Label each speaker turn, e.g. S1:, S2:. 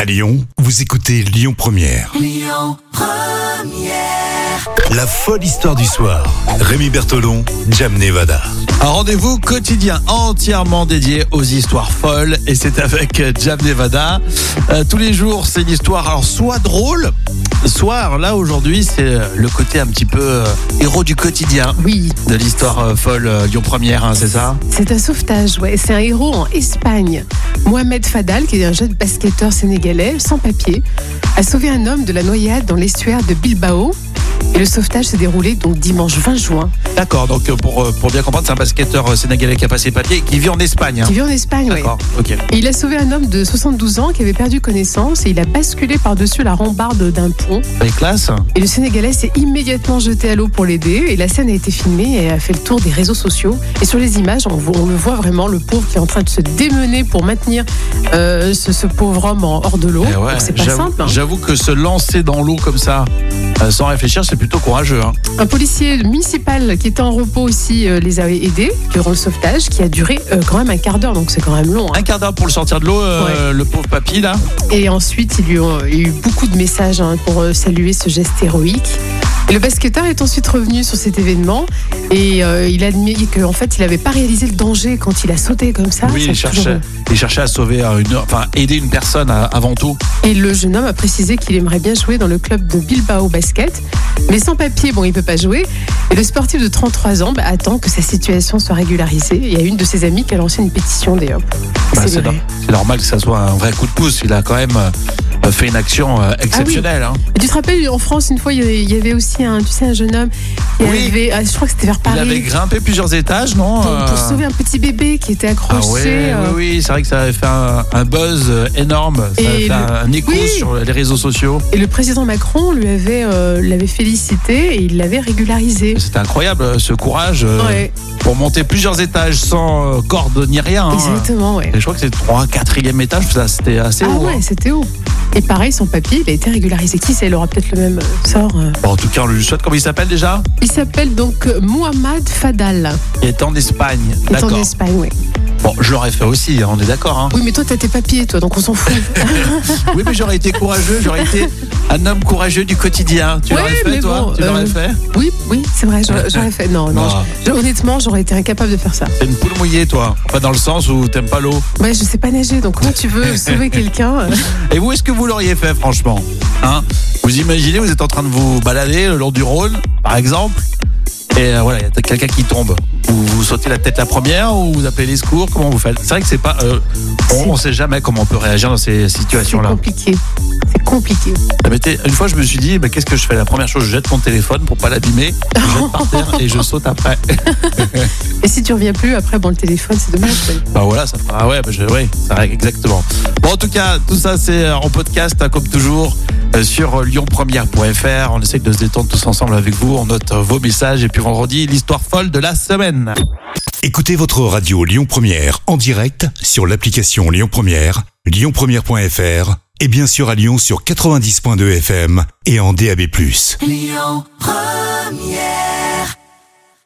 S1: À Lyon, vous écoutez Lyon Première. Lyon Première. La folle histoire du soir. Rémi Bertolon, Jam Nevada.
S2: Un rendez-vous quotidien entièrement dédié aux histoires folles et c'est avec euh, Jam Nevada. Euh, tous les jours, c'est une histoire alors soit drôle, soit alors là aujourd'hui, c'est euh, le côté un petit peu euh, héros du quotidien
S3: Oui,
S2: de l'histoire euh, folle euh, Lyon Première, hein, c'est ça
S3: c'est un sauvetage, ouais. C'est un héros en Espagne. Mohamed Fadal, qui est un jeune basketteur sénégalais sans papier, a sauvé un homme de la noyade dans l'estuaire de Bilbao. Et le sauvetage s'est déroulé donc dimanche 20 juin.
S2: D'accord, donc euh, pour, euh, pour bien comprendre, c'est un basketteur euh, sénégalais qui a passé papier et qui vit en Espagne. hein.
S3: Qui vit en Espagne, ouais.
S2: D'accord, ok.
S3: Et il a sauvé un homme de 72 ans qui avait perdu connaissance et il a basculé par-dessus la rambarde d'un pont.
S2: Les classes
S3: Et le Sénégalais s'est immédiatement jeté à l'eau pour l'aider. Et la scène a été filmée et a fait le tour des réseaux sociaux. Et sur les images, on, voit- on le voit vraiment, le pauvre qui est en train de se démener pour maintenir euh, ce, ce pauvre homme en- hors de l'eau.
S2: Eh ouais,
S3: Oh, Donc c'est pas
S2: j'avoue-
S3: simple. hein.
S2: J'avoue que se lancer dans l'eau comme ça, euh, sans réfléchir, c'est plutôt courageux. hein.
S3: Un policier municipal qui était en repos aussi euh, les a aidés durant le sauvetage qui a duré euh, quand même un quart d'heure. Donc c'est quand même long. hein.
S2: Un quart d'heure pour le sortir de l'eau, euh, le pauvre papy là.
S3: Et ensuite, euh, il y a eu beaucoup de messages hein, pour euh, saluer ce geste héroïque. Et le basketteur est ensuite revenu sur cet événement et euh, il a admis qu'en fait, il n'avait pas réalisé le danger quand il a sauté comme ça.
S2: oui,
S3: Ça,
S2: il
S3: c'est
S2: cherchait,
S3: toujours-
S2: il cherchait à sauver euh, une, enfin aider une personne euh, avant tout.
S3: Et le jeune homme a précisé qu'il aimerait bien jouer dans le club de Bilbao Basket, mais sans papier, bon, il peut pas jouer. Et le sportif de 33 ans bah, attend que sa situation soit régularisée. Et Il y a une de ses amies qui a lancé une pétition d'ailleurs.
S2: Bah,
S3: C'est
S2: c'est
S3: vrai.
S2: no- c'est normal que ça soit un vrai coup de pouce. Il a quand même euh, fait une action
S3: Ah
S2: euh, exceptionnelle. hein.
S3: Et Tu te rappelles, en France, une fois, il y avait- il y avait aussi un, tu sais, un jeune homme qui
S2: Oui.
S3: avait, ah, je crois que c'était vers Paris.
S2: Il avait grimpé plusieurs étages, non
S3: pour, pour
S2: Euh,
S3: sauver un petit bébé qui était
S2: Ah
S3: accroché.
S2: ouais,
S3: euh,
S2: oui, oui, c'est vrai que ça avait fait un, un buzz euh, énorme. Ça
S3: Et
S2: avait fait
S3: le-
S2: un écho
S3: Oui.
S2: sur les réseaux sociaux.
S3: Et le président Macron lui avait, euh, l'avait félicité et il l'avait régularisé.
S2: C'était incroyable euh, ce courage euh,
S3: Ouais,
S2: pour monter plusieurs étages sans euh, corde ni rien. hein.
S3: exactement, ouais.
S2: Et je crois que c'est 3 4 étage, ça c'était assez
S3: Ah
S2: haut. hein.
S3: ouais, c'était haut. Et pareil, son papier, il a été régularisé. Qui sait, il aura peut-être le même euh, sort. euh.
S2: Bon, en tout cas, on lui souhaite comment il s'appelle déjà
S3: Il s'appelle donc euh, Mohamed Fadal,
S2: Il est en Espagne.
S3: qui est en
S2: D'accord.
S3: Espagne, ouais.
S2: Bon, je l'aurais fait aussi, hein, on est d'accord. hein.
S3: Oui, mais toi, t'as tes papiers, toi, donc on s'en fout.
S2: Oui, mais j'aurais été courageux, j'aurais été un homme courageux du quotidien. Tu
S3: Ouais,
S2: l'aurais fait,
S3: mais
S2: toi
S3: bon,
S2: Tu l'aurais
S3: euh,
S2: fait
S3: oui, oui, c'est vrai, j'aurais j'aurais fait. Non, non.
S2: Non.
S3: je- honnêtement, j'aurais été incapable de faire ça.
S2: T'es une poule mouillée, toi. Enfin, dans le sens où t'aimes pas l'eau.
S3: Ouais, je sais pas nager, donc comment tu veux sauver quelqu'un euh,
S2: Et vous, est-ce que vous l'auriez fait, franchement hein Vous imaginez, vous êtes en train de vous balader le long du Rhône, par exemple, et euh, voilà, il y a quelqu'un qui tombe. Vous, vous sautez la tête la première ou vous appelez les secours Comment vous faites C'est vrai que c'est pas. euh,
S3: C'est-
S2: on, on sait jamais comment on peut réagir dans ces
S3: C'est
S2: situations-là.
S3: compliqué. C'est compliqué.
S2: Ça m'était- Ah, Une fois, je me suis dit, bah, qu'est-ce que je fais La première chose, je jette mon téléphone pour pas l'abîmer, je le jette par terre et je saute après.
S3: Et si tu reviens plus, après, bon, le téléphone, c'est dommage. quoi.
S2: Bah voilà, ça fera. Ah ouais, bah je- ouais, ça règle, exactement. Bon, en tout cas, tout ça, c'est euh, en podcast, hein, comme toujours, euh, sur euh, lyonpremière.fr. On essaie de se détendre tous ensemble avec vous. On note euh, vos messages. Et puis vendredi, l'histoire folle de la semaine.
S1: Écoutez votre radio Lyon Première en direct sur l'application Lyon Première, lyonpremière.fr et bien sûr à Lyon sur 90.2 FM et en DAB+.